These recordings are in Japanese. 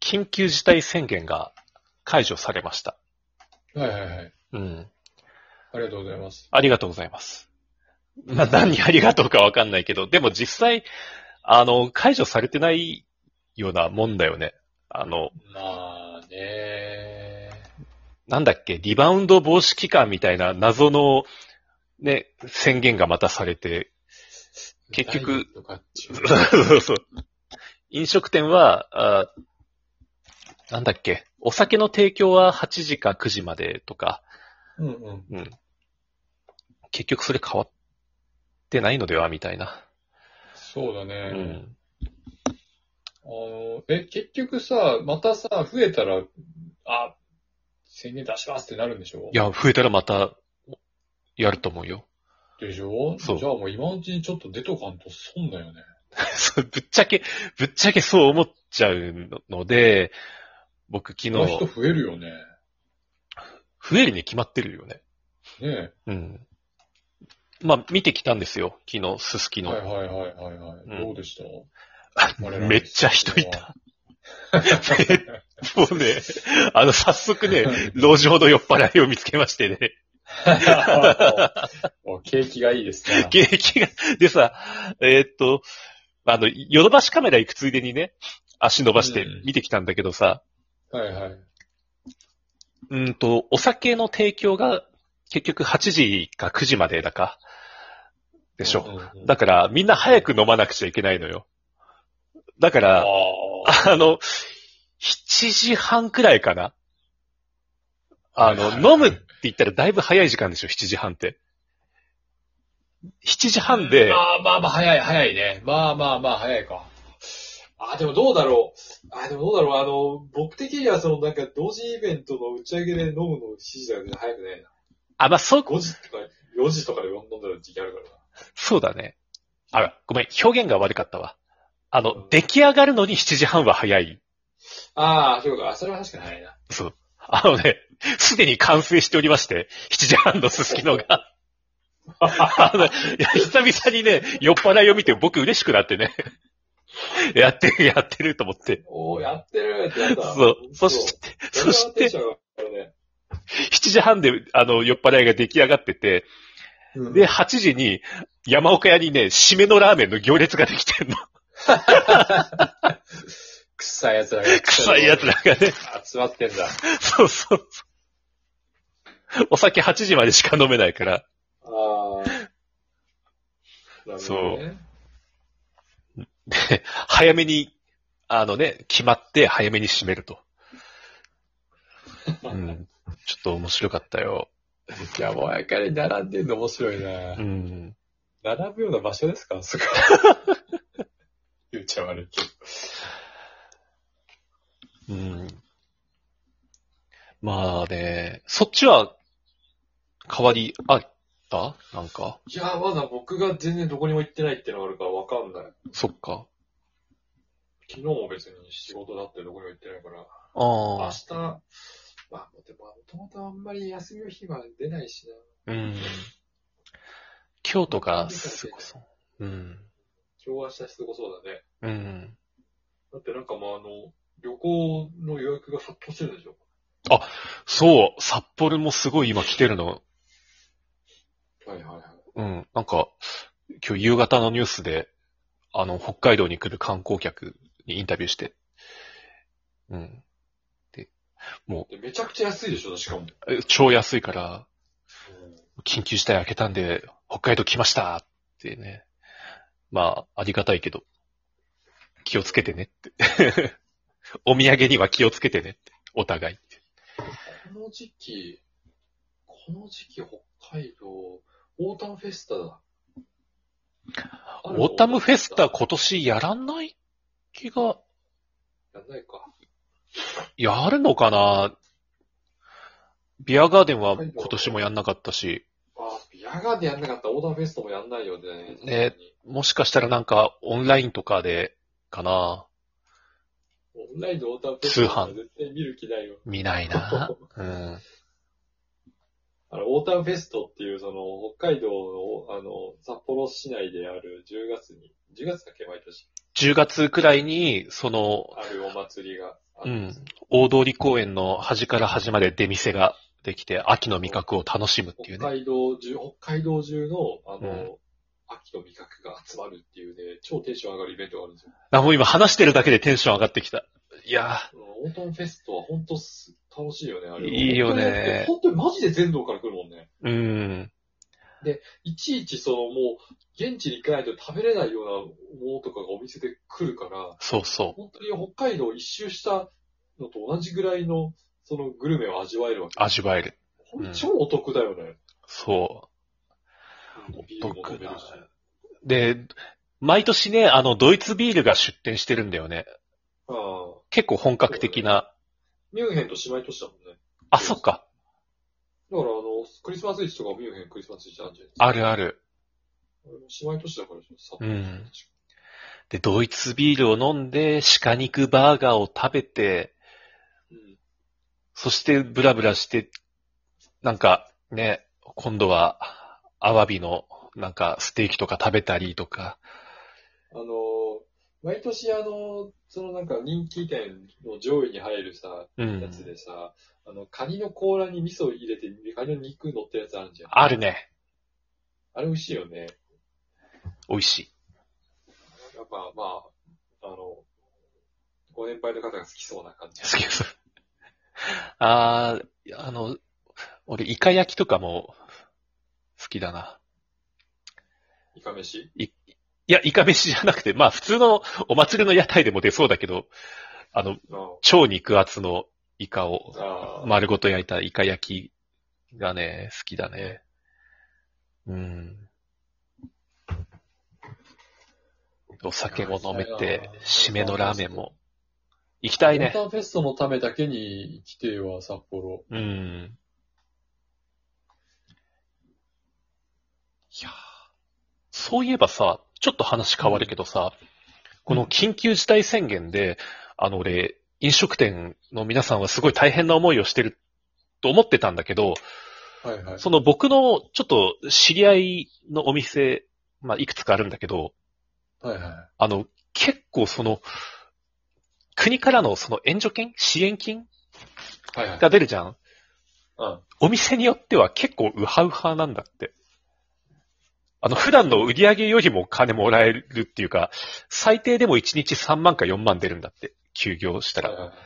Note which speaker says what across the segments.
Speaker 1: 緊急事態宣言が解除されました。
Speaker 2: はいはいはい。
Speaker 1: うん。
Speaker 2: ありがとうございます。
Speaker 1: ありがとうございます。まあ、何にありがとうかわかんないけど、でも実際、あの、解除されてないようなもんだよね。あの、
Speaker 2: まあね
Speaker 1: なんだっけ、リバウンド防止期間みたいな謎の、ね、宣言がまたされて、 結局
Speaker 2: ダイエットかっていう
Speaker 1: そうそう。飲食店は、あなんだっけ、お酒の提供は8時か9時までとか、
Speaker 2: うんうん。
Speaker 1: うん。結局それ変わってないのではみたいな。
Speaker 2: そうだ
Speaker 1: う
Speaker 2: ね、
Speaker 1: ん。
Speaker 2: あの、え、結局さ、またさ、増えたら、あ、宣言出しますってなるんでしょ
Speaker 1: いや、増えたらまた、やると思うよ。
Speaker 2: でしょ
Speaker 1: そう
Speaker 2: じゃあもう今のうちにちょっと出とかんと損だよね。
Speaker 1: そうぶっちゃけ、ぶっちゃけそう思っちゃうので、僕 昨日、
Speaker 2: この人増えるよね。
Speaker 1: 増えるに決まってるよね。
Speaker 2: ね
Speaker 1: うん。まあ、見てきたんですよ。昨日、すすき
Speaker 2: え。
Speaker 1: の。
Speaker 2: はいはいはいはいはい。
Speaker 1: うん
Speaker 2: どうでした我 々
Speaker 1: めっちゃ人いた。 もうね、あの、早速ね、路上の酔っ払いを見つけましてね。
Speaker 2: お景気がいいですね。
Speaker 1: 現役が、でさ、えーっと、あの、ヨドバシカメラ行くついでにね、足伸ばして見てきたんだけどさ、
Speaker 2: はいはい。
Speaker 1: うんと、お酒の提供が結局8時か9時までだか、でしょ。
Speaker 2: うんうん
Speaker 1: だから、みんな早く飲まなくちゃいけないのよ。だから、
Speaker 2: あ
Speaker 1: あの、7時半くらいかな。あ
Speaker 2: はいはい
Speaker 1: の、
Speaker 2: はい
Speaker 1: 飲むって言ったらだいぶ早い時間でしょ、7時半って。7時半で、
Speaker 2: ああ、まあまあ、早い、早いね。まあまあまあ、早いか。ああ、でもどうだろう。ああ、でもどうだろう。あの、僕的にはその、なんか、同時イベントの打ち上げで飲むの7時だよね。早くねえな。
Speaker 1: あ、まあ、そう、
Speaker 2: 5時とか、4時とかで飲んだら時期あるからな。
Speaker 1: そうだね。あ、ごめん、表現が悪かったわ。あの、出来上がるのに7時半は早い。
Speaker 2: ああ、そうか。それは確かに早いな。
Speaker 1: そう。あのね、すでに完成しておりまして、7時半のすすきのが。あのいや、久々にね、酔っ払いを見て僕嬉しくなってね。やってる、やってると思って。
Speaker 2: おお、やってるってやった。
Speaker 1: そう。そして、そして、7時半で、あの、酔っ払いが出来上がってて、で、
Speaker 2: で、
Speaker 1: 8時に、山岡屋にね、締めのラーメンの行列ができてんの。
Speaker 2: 臭い奴らが。
Speaker 1: 臭い奴らがね。
Speaker 2: 集まってんだ。
Speaker 1: そうそうそう。お酒8時までしか飲めないから。
Speaker 2: ああ。なるほどね
Speaker 1: そう早めに、あのね、決まって早めに閉めると。うん。ちょっと面白かったよ。
Speaker 2: いや、もうやかり並んでんの面白いな
Speaker 1: う。ん。
Speaker 2: 並ぶような場所ですかそこ。 言っちゃ悪いけ
Speaker 1: う
Speaker 2: ど。
Speaker 1: ん。まあね、そっちは、変わりあったなんか。
Speaker 2: いや、まだ僕が全然どこにも行ってないってのがあるからわかんない。
Speaker 1: そっか。
Speaker 2: 昨日も別に仕事だってどこにも行ってないから。
Speaker 1: あ
Speaker 2: 明
Speaker 1: あ。
Speaker 2: 日、まあ、でも、もともとあんまり休みの日は出ないしな。
Speaker 1: うん。今日とか、すごそう。うん。
Speaker 2: 今日明日すごそうだね。
Speaker 1: うん。
Speaker 2: だってなんかまあ、あの、旅行の予約が殺到してるでしょ。
Speaker 1: そう、札幌もすごい今来てるの。
Speaker 2: はいはいはい。
Speaker 1: うん。なんか、今日夕方のニュースで、あの、北海道に来る観光客にインタビューして。うん。
Speaker 2: でめちゃくちゃ安いでしょ、しかも。
Speaker 1: え超安いから、緊急事態開けたんで、北海道来ましたってね。まあ、ありがたいけど、気をつけてねって。 お土産には気をつけてねって。お互い。
Speaker 2: この時期、この時期北海道、オータムフェスタだ。
Speaker 1: オータムフェスタ
Speaker 2: や
Speaker 1: 今年やらない気が、
Speaker 2: んないか。
Speaker 1: やるのかなビアガーデンは今年もやんなかったし。
Speaker 2: あ、ビアガーデンやんなかったらオータムフェスタもやんないよね。
Speaker 1: ねもしかしたらなんか、オンラインとかで、かな
Speaker 2: オンラインのオータムフェスタは
Speaker 1: 通販
Speaker 2: 絶対見る気ないよ。
Speaker 1: 見ないな。うん。
Speaker 2: あの、オータムフェストっていう、その、北海道の、あの、札幌市内である10月に、10月だっけ、毎年。
Speaker 1: 10月くらいに、その、
Speaker 2: あるお祭りが。
Speaker 1: うん。大通公園の端から端まで出店ができて、秋の味覚を楽しむっていう
Speaker 2: 北
Speaker 1: ね。
Speaker 2: 海道中、北海道中の、あの、
Speaker 1: うん
Speaker 2: 秋の味覚が集まるっていうね、超テンション上がるイベントがあるんですよ。
Speaker 1: あ、もう今話してるだけでテンション上がってきた。いや
Speaker 2: あのオートンフェストは本当す楽しいよね、あれ。
Speaker 1: いいよね
Speaker 2: 本当に本当にマジで全道から来るもんね。
Speaker 1: ー、うん。
Speaker 2: いちいちそのもう、現地に行かないと食べれないようなものとかがお店で来るから、
Speaker 1: そうそ
Speaker 2: 本当に北海道を一周したのと同じぐらいの、そのグルメを味わえるわけ。
Speaker 1: う。味わえる。
Speaker 2: これ超お得だよね。
Speaker 1: そ
Speaker 2: ビールも飲め
Speaker 1: お得
Speaker 2: るし
Speaker 1: だう。で、毎年ね、あの、ドイツビールが出店してるんだよね。
Speaker 2: ああ。
Speaker 1: 結構本格的な。
Speaker 2: ミュンヘンと姉妹都市だもんね。
Speaker 1: あ、そっか。
Speaker 2: だからあの、クリスマスイチとかミュンヘンクリスマスイチあるじゃないですか。
Speaker 1: あるある。
Speaker 2: 姉妹都市だからさ。
Speaker 1: うんで、ドイツビールを飲んで、鹿肉バーガーを食べて、
Speaker 2: うん。
Speaker 1: そしてブラブラして、なんかね、今度はアワビのなんかステーキとか食べたりとか、
Speaker 2: あのー、毎年あの、そのなんか人気店の上位に入るさ、
Speaker 1: う
Speaker 2: や
Speaker 1: ん。
Speaker 2: つでさ、あの、カニの甲羅に味噌入れて、カニの肉乗ってるやつあるじゃん。
Speaker 1: あるね。
Speaker 2: あれ美味しいよね。
Speaker 1: 美味しい。
Speaker 2: やっぱまあ、あの、ご年配の方が好きそうな感じ。
Speaker 1: 好きです。あー、あの、俺イカ焼きとかも好きだな。
Speaker 2: イカ飯
Speaker 1: いや、イカ飯じゃなくて、まあ普通のお祭りの屋台でも出そうだけど、あの、
Speaker 2: の、
Speaker 1: 超肉厚のイカを
Speaker 2: ああ、
Speaker 1: 丸ごと焼いたイカ焼きがね、好きだね。うん。お酒も飲めて、締めのラーメンも。行きたい
Speaker 2: モン
Speaker 1: ね
Speaker 2: タ。ンフェストのためだけに来ては札幌。
Speaker 1: うん。いやーそういえばさ、ちょっと話変わるけどさ、この緊急事態宣言で、あの俺、飲食店の皆さんはすごい大変な思いをしてると思ってたんだけど、
Speaker 2: はいはい。
Speaker 1: その僕のちょっと知り合いのお店、まあ、いくつかあるんだけど、
Speaker 2: はいは
Speaker 1: あの、結構その、国からのその援助金支援金
Speaker 2: い。はいはい。
Speaker 1: が出るじゃん
Speaker 2: うん。
Speaker 1: お店によっては結構ウハウハなんだって。あの、普段の売り上げよりも金もらえるっていうか、最低でも1日3万か4万出るんだって。休業した
Speaker 2: はい
Speaker 1: ら。
Speaker 2: はいはい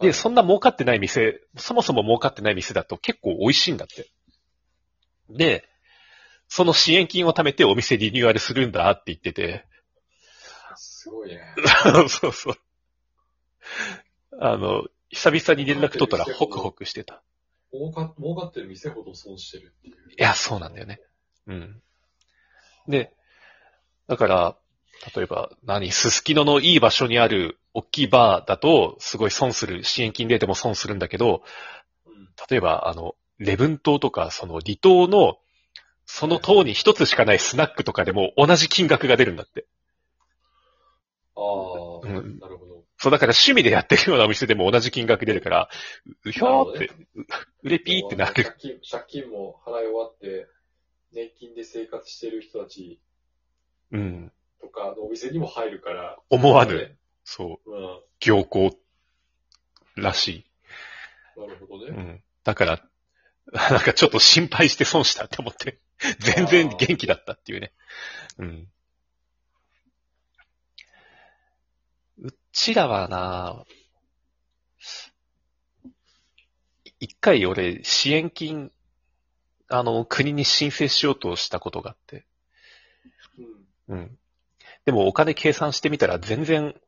Speaker 1: で、そんな儲かってない店、そもそも儲かってない店だと結構美味しいんだって。で、その支援金を貯めてお店リニューアルするんだって言って て。
Speaker 2: すごいね。
Speaker 1: そうそう。あの、久々に連絡取ったらホクホクしてた。
Speaker 2: 儲か儲かってる店ほど損してるっていう。
Speaker 1: いや、そうなんだよね。うん。で、だから、例えば、何、すすきののいい場所にある大きいバーだと、すごい損する、支援金出ても損するんだけど、
Speaker 2: うん。
Speaker 1: 例えば、あの、礼文島とか、その離島の、その島に一つしかないスナックとかでも同じ金額が出るんだって。
Speaker 2: ああ、
Speaker 1: うん
Speaker 2: なるほど。
Speaker 1: そう、だから趣味でやってるようなお店でも同じ金額出るから、ううひょーっ
Speaker 2: なる
Speaker 1: て、うれぴーってなる。
Speaker 2: 借金、借金も払い終わって、年金で生活してる人たち
Speaker 1: うん。
Speaker 2: とかのお店にも入るから。
Speaker 1: 思わぬ、そう、
Speaker 2: うん。
Speaker 1: 行幸らしい。
Speaker 2: なるほど
Speaker 1: う
Speaker 2: ね。
Speaker 1: ん。だから、 なんかちょっと心配して損したって思って、全然元気だったっていうね。うん。うちらはな、一回俺、支援金、あの、国に申請しようとしたことがあって。
Speaker 2: う
Speaker 1: う
Speaker 2: ん。
Speaker 1: ん。でもお金計算してみたら全然、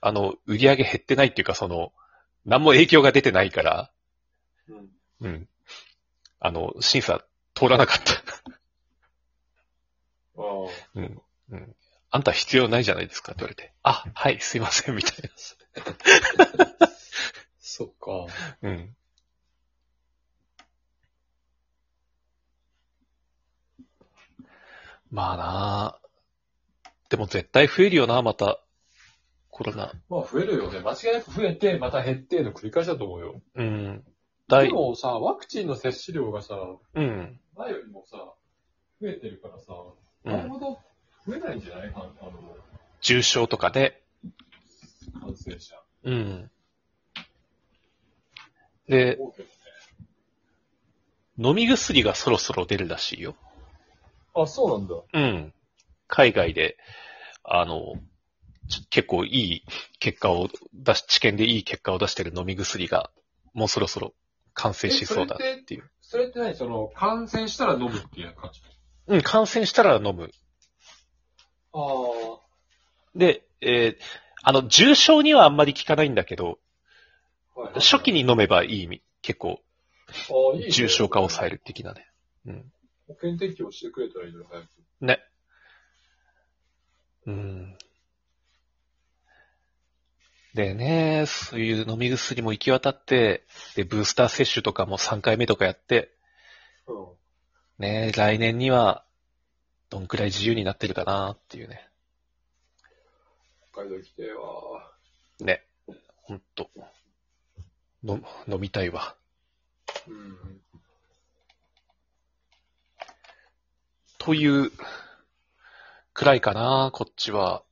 Speaker 1: あの、売り上げ減ってないっていうか、その、何も影響が出てないから、
Speaker 2: うん。
Speaker 1: うん。あの、審査通らなかった。
Speaker 2: ああ。
Speaker 1: うん。うん。あんた必要ないじゃないですかって言われて。あ、はい、すいません、みたい
Speaker 2: そっか。
Speaker 1: な。うん。まあなあでも絶対増えるよな、また。コロナ。
Speaker 2: まあ増えるよね。間違いなく増えて、また減っての繰り返しだと思うよ。
Speaker 1: うん。だい
Speaker 2: で、もさ、ワクチンの接種量がさ、
Speaker 1: うん。
Speaker 2: 前よりもさ、増えてるからさ、
Speaker 1: う
Speaker 2: なる
Speaker 1: ん。
Speaker 2: ほど増えないんじゃないああの、
Speaker 1: 重症とかで、
Speaker 2: 感染者。
Speaker 1: うん。で、
Speaker 2: 多いけどね
Speaker 1: 飲み薬がそろそろ出るらしいよ。
Speaker 2: あ、そうなんだ。
Speaker 1: うん。海外で、あの、ち結構いい結果を出し、治験でいい結果を出してる飲み薬が、もうそろそろ完成しそうだっていう。
Speaker 2: それって何その、感染したら飲むっていう感じ
Speaker 1: うん、感染したら飲む。
Speaker 2: ああ。
Speaker 1: で、えーあの、重症にはあんまり効かないんだけど、
Speaker 2: はいはいはい
Speaker 1: 初期に飲めばいい意味。結構、
Speaker 2: ああいいね
Speaker 1: 重症化を抑える的なね。うん。
Speaker 2: 保険適用してくれたらいいの早く。
Speaker 1: ね。うん。でね、そういう飲み薬も行き渡って、で、ブースター接種とかも3回目とかやって、
Speaker 2: うん。
Speaker 1: ね、来年には、どんくらい自由になってるかなっていうね。
Speaker 2: 北海道行きてえわ。
Speaker 1: ね。ほんと。の、飲みたいわ。
Speaker 2: うん。
Speaker 1: という、くらいかな、こっちは。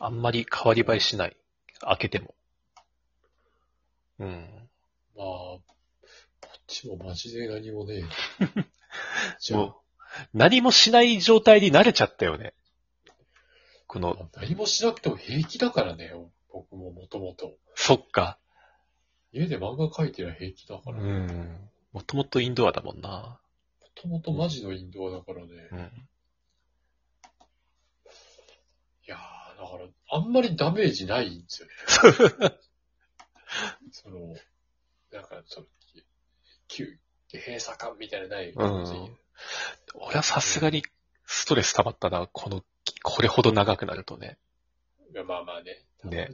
Speaker 1: あんまり変わり映えしない。開けても。うん。
Speaker 2: まあ、こっちもマジで何も ねえ。じゃ
Speaker 1: もう
Speaker 2: あ、、
Speaker 1: 何もしない状態に慣れちゃったよね。この、
Speaker 2: 何もしなくても平気だからね、僕ももともと。
Speaker 1: そっか。
Speaker 2: 家で漫画描いてりゃ平気だ
Speaker 1: う
Speaker 2: から。も
Speaker 1: ん。もともとインドアだもんな。
Speaker 2: ともとマジのインドアだからね。
Speaker 1: うん。
Speaker 2: いやー、だから、あんまりダメージないんですよね。 その、なんか、その、急、閉鎖感みたいなのない感じ。
Speaker 1: うん俺はさすがにストレス溜まったな。この、これほど長くなるとね。
Speaker 2: いやまあまあね。
Speaker 1: ね